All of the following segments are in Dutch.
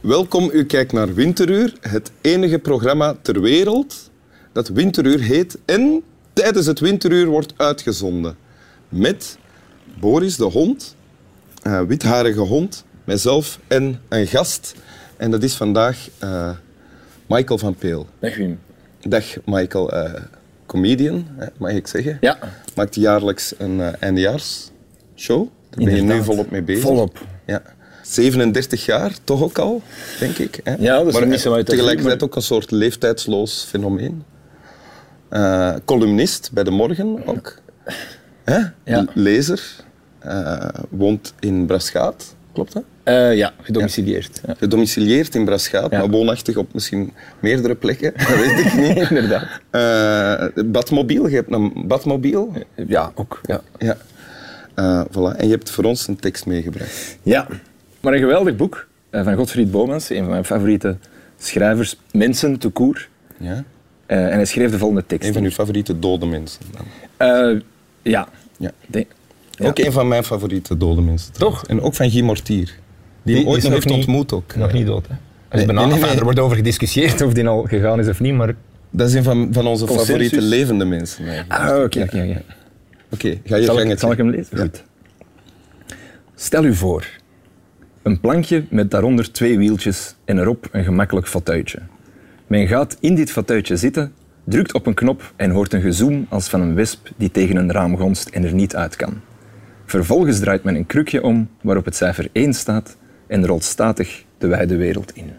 Welkom, u kijkt naar Winteruur, het enige programma ter wereld dat Winteruur heet en tijdens het Winteruur wordt uitgezonden. Met Boris de hond, een witharige hond, mijzelf en een gast. En dat is vandaag eh, Michael van Peel. Dag Wim. Dag Michael, eh, comedian, hè, mag ik zeggen. Ja. Maakt jaarlijks een eh eindejaarsshow. Daar ben je nu Inderdaad. volop mee bezig. Volop. Ja. 37 jaar, toch ook al, denk ik. Hè? Ja, dat is maar eh, niet zo uit de Tegelijkertijd vloer, maar- ook een soort leeftijdsloos fenomeen. Eh, columnist bij De Morgen ook. Hè? Ja. Lezer. Eh, woont in Braschaat, klopt dat? Eh, ja, gedomicilieerd. Ja. Gedomicilieerd in Braschaat, Ja. maar woonachtig op misschien meerdere plekken. Dat weet ik niet. Inderdaad. Eh, badmobiel, je hebt een badmobiel. Ja, ook. Ja. Ja. Eh, voilà. En je hebt voor ons een tekst meegebracht. ja. Maar een geweldig boek eh, van Godfried Bomans, een van mijn favoriete schrijvers, Mensen te koer. Ja? Eh, en hij schreef de volgende tekst. Een van uw favoriete dode mensen. dan. Eh, ja. Ja. Denk- ja. Ook een van mijn favoriete dode mensen. trouwens. Toch? En ook van Guy Mortier. Die, hem Die ooit is nog nog heeft niet- ontmoet ook. Nog niet dood, hè? Er, Nee, is nee, bena- nee, enfin, nee. er wordt over gediscussieerd of die al gegaan is of niet, maar... Dat is een van, van onze Consensus. favoriete levende mensen. eigenlijk. Ah, oké. Ja, ja, ja. Oké, ga je Zal gang ik, het zal ik hem lezen? Goed. Stel u voor. Een plankje met daaronder twee wieltjes en erop een gemakkelijk fatuitje. Men gaat in dit fatuitje zitten, drukt op een knop en hoort een gezoem als van een wesp die tegen een raam gonst en er niet uit kan. Vervolgens draait men een krukje om waarop het cijfer 1 staat en rolt statig de wijde wereld in.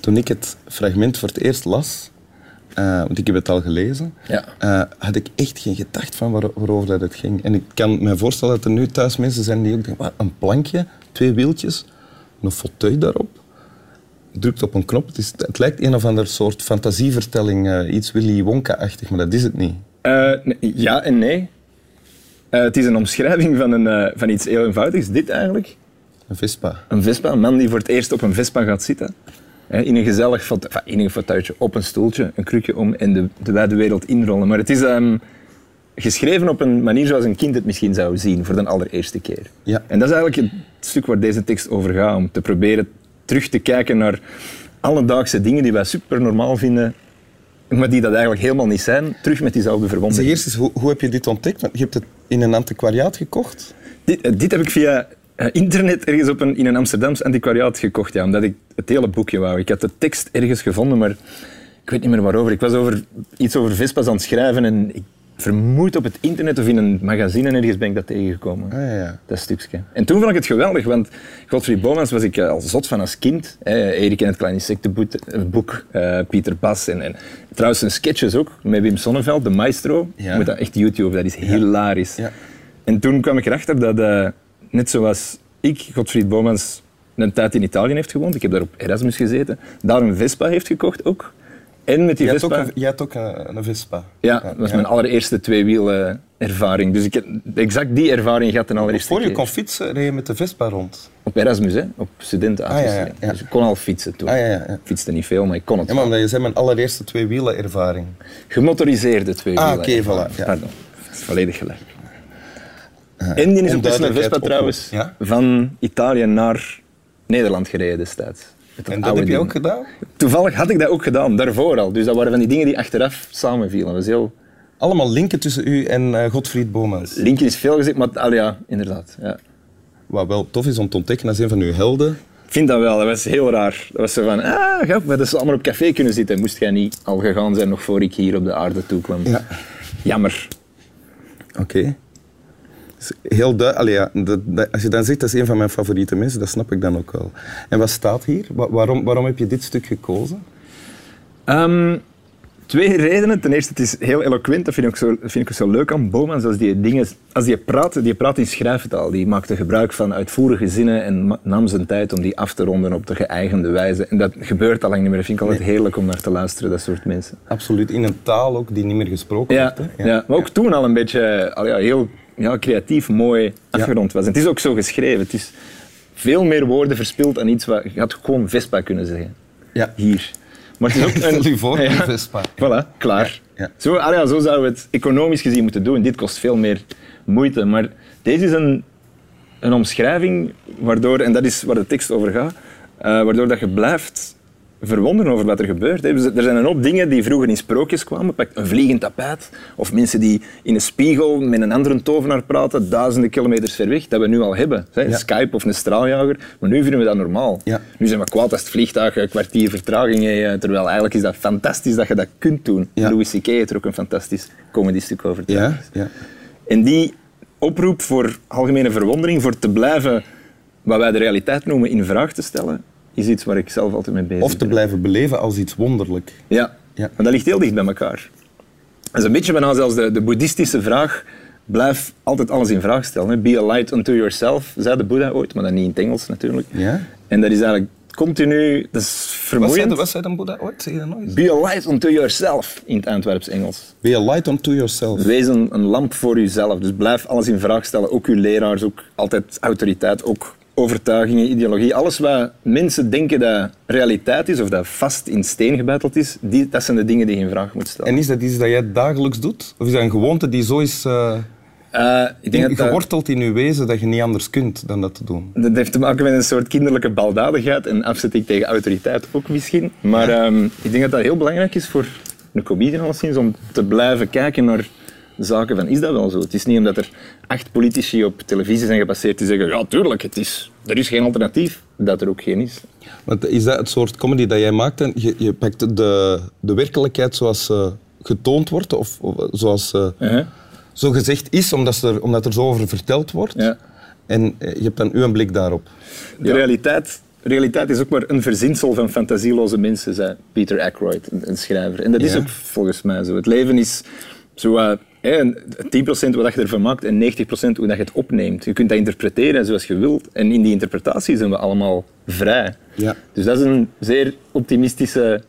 Toen ik het fragment voor het eerst las, eh, want ik heb het al gelezen, Ja. eh, had ik echt geen gedacht van waar- waarover dat het ging. En ik kan me voorstellen dat er nu thuis mensen zijn die ook denken, wat, een plankje, twee wieltjes, een fauteuil daarop, drukt op een knop. Het, is, het lijkt een of ander soort fantasievertelling, eh, iets Willy Wonka-achtig, maar dat is het niet. Eh, nee, ja en nee. Eh, het is een omschrijving van, een, eh, van iets heel eenvoudigs, dit eigenlijk. Een Vespa. Een Vespa, een man die voor het eerst op een Vespa gaat zitten. Hè, in een gezellig fat- enfin, in een fatuitje, op een stoeltje, een krukje om en de, de wijde wereld inrollen. Maar het is ehm, geschreven op een manier zoals een kind het misschien zou zien voor de allereerste keer. Ja. En dat is eigenlijk het stuk waar deze tekst over gaat, om te proberen terug te kijken naar alledaagse dingen die wij super normaal vinden, maar die dat eigenlijk helemaal niet zijn, terug met diezelfde Zeg verwondering. eerst eens, hoe, hoe heb je dit ontdekt? Want je hebt het in een antiquariaat gekocht. Dit, eh, dit heb ik via eh, internet ergens op een, in een Amsterdams antiquariaat gekocht, ja, omdat ik het hele boekje wou. Ik had de tekst ergens gevonden, maar ik weet niet meer waarover. Ik was over, iets over Vespa's aan het schrijven en ik vermoed op het internet of in een magazine ergens ben ik dat tegengekomen. Ah, ja, ja. Dat stukje. En toen vond ik het geweldig, want Godfried Bomans was ik eh, al zot van als kind. hè. Erik en het Kleine Insectenboek, eh Pieter Bas en, en trouwens zijn sketches ook, met Wim Sonneveld, de maestro. Ja. Je Moet dat echt YouTube, dat is hilarisch. Ja. En toen kwam ik erachter dat, eh, net zoals ik, Godfried Bomans, een tijd in Italië heeft gewoond, ik heb daar op Erasmus gezeten, daar een Vespa heeft gekocht ook. En met die Je had ook, Vespa... een, je had ook een, een Vespa. Ja, dat was Ja. mijn allereerste tweewielen ervaring. Dus ik heb exact die ervaring gehad de allereerste Voor je keer. kon fietsen, reed je met de Vespa rond. Op Erasmus, hè? op studentenuitwisseling. Ah, ja, ja, ja. Dus ik kon al fietsen toen. Ah, ja, ja, ja. Ik fietste niet veel, maar ik kon het. Ja, maar omdat je zei mijn allereerste tweewielenervaring. Gemotoriseerde twee Ah, oké, voilà, ja. Eh, Pardon, Het is volledig gelijk. en die is op de onduidelijkheid Vespa op- trouwens ja? van Italië naar Nederland gereden destijds. Met En dat oude heb je ding. ook gedaan? Toevallig had ik dat ook gedaan, daarvoor al. Dus dat waren van die dingen die achteraf samenvielen. Dat was heel... Allemaal linken tussen u en eh, Godfried Bomans. Linken is veel gezegd, maar al ja, inderdaad. Ja. Wat wel tof is om te ontdekken, dat is een van uw helden. Ik vind dat wel, dat was heel raar. Dat was zo van, ah, ga, we hadden allemaal op café kunnen zitten. Moest jij niet al gegaan zijn nog voor ik hier op de aarde toe kwam. Ja. Jammer. Oké. Dus Heel duidelijk. Ja, dat- dat- als je dan zegt dat is een van mijn favoriete mensen, dat snap ik dan ook wel. En wat staat hier? Wa- waarom, waarom heb je dit stuk gekozen? Ehm, twee redenen. Ten eerste, het is heel eloquent. Dat vind ik, zo, vind ik ook zo leuk aan Bowman. Als die dingen, als die praat, die praat in schrijftaal. Die maakte gebruik van uitvoerige zinnen en ma- nam zijn tijd om die af te ronden op de geëigende wijze. En dat gebeurt al lang niet meer. Dat vind ik altijd heerlijk om naar te luisteren, dat soort mensen. Absoluut. In een taal ook die niet meer gesproken Ja, wordt. hè? ja. maar ook toen al een beetje al ja, heel ja, creatief, mooi afgerond was. En het is ook zo geschreven. Het is veel meer woorden verspild aan iets wat je had gewoon Vespa kunnen zeggen. ja. Hier. Maar het is ook Stel u voor, een Vespa. Voilà, klaar. Ja, ja. Zo, ah ja, zo zouden we het economisch gezien moeten doen. Dit kost veel meer moeite. Maar deze is een een omschrijving waardoor, en dat is waar de tekst over gaat, eh, waardoor dat je blijft verwonderen over wat er gebeurt. hè. Dus Er zijn een hoop dingen die vroeger in sprookjes kwamen. Pak een vliegend tapijt, of mensen die in een spiegel met een andere tovenaar praten, duizenden kilometers ver weg, dat we nu al hebben. hè. Een Skype of een straaljager, maar nu vinden we dat normaal. Ja. Nu zijn we kwaad als het vliegtuig een kwartier vertraging heeft, eh, terwijl eigenlijk is dat fantastisch dat je dat kunt doen. Ja. Louis C.K. heeft er ook een fantastisch comedy stuk over. Ja, ja. En die oproep voor algemene verwondering, voor te blijven wat wij de realiteit noemen in vraag te stellen, is iets waar ik zelf altijd mee bezig Of te ben. blijven beleven als iets wonderlijk. Ja, Ja. maar dat ligt heel dicht bij elkaar. Dat is een beetje bijna zelfs de, de boeddhistische vraag. Blijf altijd alles in vraag stellen. Hè. Be a light unto yourself, zei de Boeddha ooit, maar dan niet in het Engels natuurlijk. Ja. En dat is eigenlijk continu, dat is Wat zei, vermoeiend. de- wat zei dan Boeddha ooit? Zeg je dat nog eens? Be a light unto yourself in het Antwerps Engels. Be a light unto yourself. Wees een, een lamp voor jezelf. Dus blijf alles in vraag stellen. Ook uw leraars, ook altijd autoriteit, ook overtuigingen, ideologie. Alles wat mensen denken dat realiteit is of dat vast in steen gebeiteld is, die, dat zijn de dingen die je in vraag moet stellen. En is dat iets dat jij dagelijks doet? Of is dat een gewoonte die zo is eh, Eh, ik denk dat dat, geworteld in je wezen dat je niet anders kunt dan dat te doen? dat heeft te maken met een soort kinderlijke baldadigheid en afzetting tegen autoriteit ook misschien. Maar ehm, ik denk dat dat heel belangrijk is voor een comedian alleszins, om te blijven kijken naar zaken van is dat wel zo? Het is niet omdat er acht politici op televisie zijn gepasseerd die zeggen ja tuurlijk, het is, er is geen alternatief, dat er ook geen is. Want is dat het soort comedy dat jij maakt? En je, je pakt de, de werkelijkheid zoals ze getoond wordt, of, of zoals ze Uh-huh. zo gezegd is, omdat, ze er, omdat er zo over verteld wordt. Ja. En eh, je hebt dan uw blik daarop. De realiteit, realiteit is ook maar een verzinsel van fantasieloze mensen, zei Peter Ackroyd, een, een schrijver. En dat is Ja. ook volgens mij zo. Het leven is zo, eh, hè, een- 10% wat je ervan maakt en 90% hoe dat je het opneemt. Je kunt dat interpreteren zoals je wilt. En in die interpretatie zijn we allemaal vrij. Ja. Dus dat is een zeer optimistische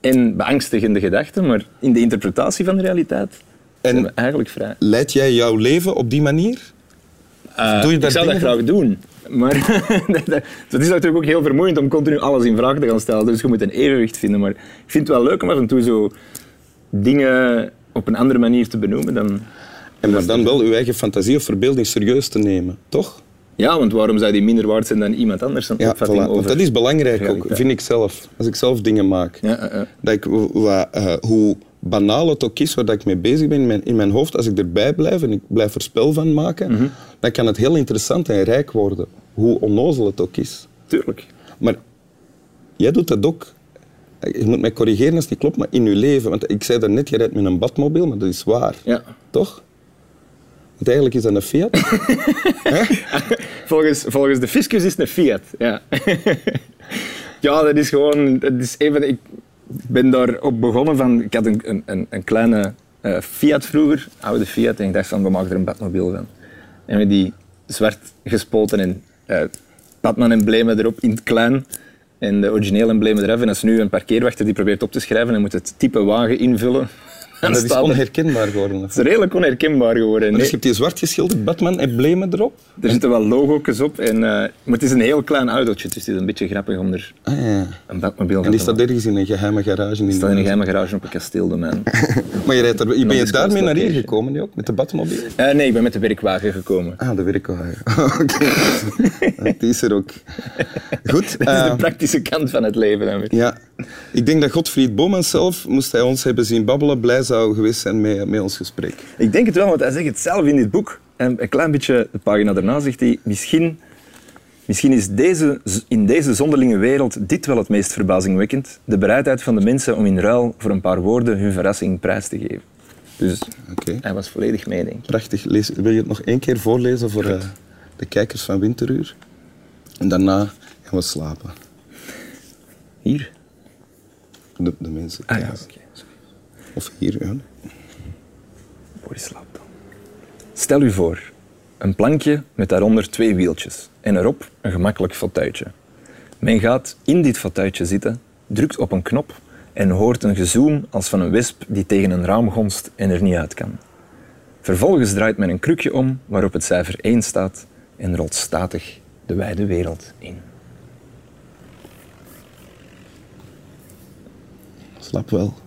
en beangstigende gedachte. Maar in de interpretatie van de realiteit zijn En- we eigenlijk vrij. Leid jij jouw leven op die manier? Eh, Doe je ik dat zou dat ding- graag doen. Maar dat- dat- dat is natuurlijk ook heel vermoeiend om continu alles in vraag te gaan stellen. Dus je moet een evenwicht vinden. Maar ik vind het wel leuk om af en toe zo dingen op een andere manier te benoemen dan... En maar dan wel uw eigen fantasie of verbeelding serieus te nemen, toch? Ja, want waarom zou die minder waard zijn dan iemand anders? Een Ja, voilà. opvatting Want over... dat is belangrijk ook, realiteit. vind ik zelf. Als ik zelf dingen maak. Ja, eh, eh. Dat ik, w- wa- eh, hoe banaal het ook is waar dat ik mee bezig ben in mijn, in mijn hoofd, als ik erbij blijf en ik blijf er spel van maken, Mhm. dan kan het heel interessant en rijk worden. Hoe onnozel het ook is. Tuurlijk. Maar jij doet dat ook. Je moet mij corrigeren als het niet klopt, maar in je leven. Want ik zei daarnet, je rijdt met een badmobiel, maar dat is waar. Ja. Toch? Want eigenlijk is dat een Fiat. Volgens, volgens de fiscus is het een Fiat. Ja, ja dat is gewoon. Dat is even, ik ben daarop begonnen van. Ik had een, een- een, een kleine eh, Fiat vroeger, oude Fiat, en ik dacht van we maken er een Batmobile van. En met die zwart gespoten en eh Batman-emblemen erop in het klein. En de originele emblemen eraf. En als nu een parkeerwachter die probeert op te schrijven en moet het type wagen invullen, dan En dat is staat er- het onherkenbaar geworden. is redelijk onherkenbaar geworden. Dus Nee. je hebt die zwart geschilderd Batman-emblemen erop. Er zitten wel logo's op, en, eh, maar het is een heel klein autootje, dus het is een beetje grappig om er Ah, ja. een Batmobile En van die te staat maken. ergens in een geheime garage. In Die staat in een geheime garage op een kasteeldomein. Maar je rijdt er, ben je is het daarmee naar hier location. gekomen, nu ook? Met de Batmobile? Eh nee, ik ben met de werkwagen gekomen. Ah, de werkwagen. Oké. Die is er ook. Goed. Dat is eh, de praktische kant van het leven. Dan weer. ja. Ik denk dat Godfried Boman zelf, moest hij ons hebben zien babbelen, blij zou geweest zijn met, met ons gesprek. Ik denk het wel, want hij zegt het zelf in dit boek. En een klein beetje, de pagina daarna zegt hij, misschien, misschien is deze, in deze zonderlinge wereld dit wel het meest verbazingwekkend. De bereidheid van de mensen om in ruil voor een paar woorden hun verrassing prijs te geven. Dus Oké. hij was volledig mee, denk ik. Prachtig. Lees, wil je het nog één keer voorlezen voor eh, de kijkers van Winteruur? En daarna gaan we slapen. Hier? De, de mensen. Ah ja, thuis. oké. sorry. Of hier, ja. Boris slaapt dan. Stel u voor, een plankje met daaronder twee wieltjes en erop een gemakkelijk fauteuiltje. Men gaat in dit fauteuiltje zitten, drukt op een knop en hoort een gezoem als van een wesp die tegen een raam gonst en er niet uit kan. Vervolgens draait men een krukje om waarop het cijfer 1 staat en rolt statig de wijde wereld in. Slaap wel.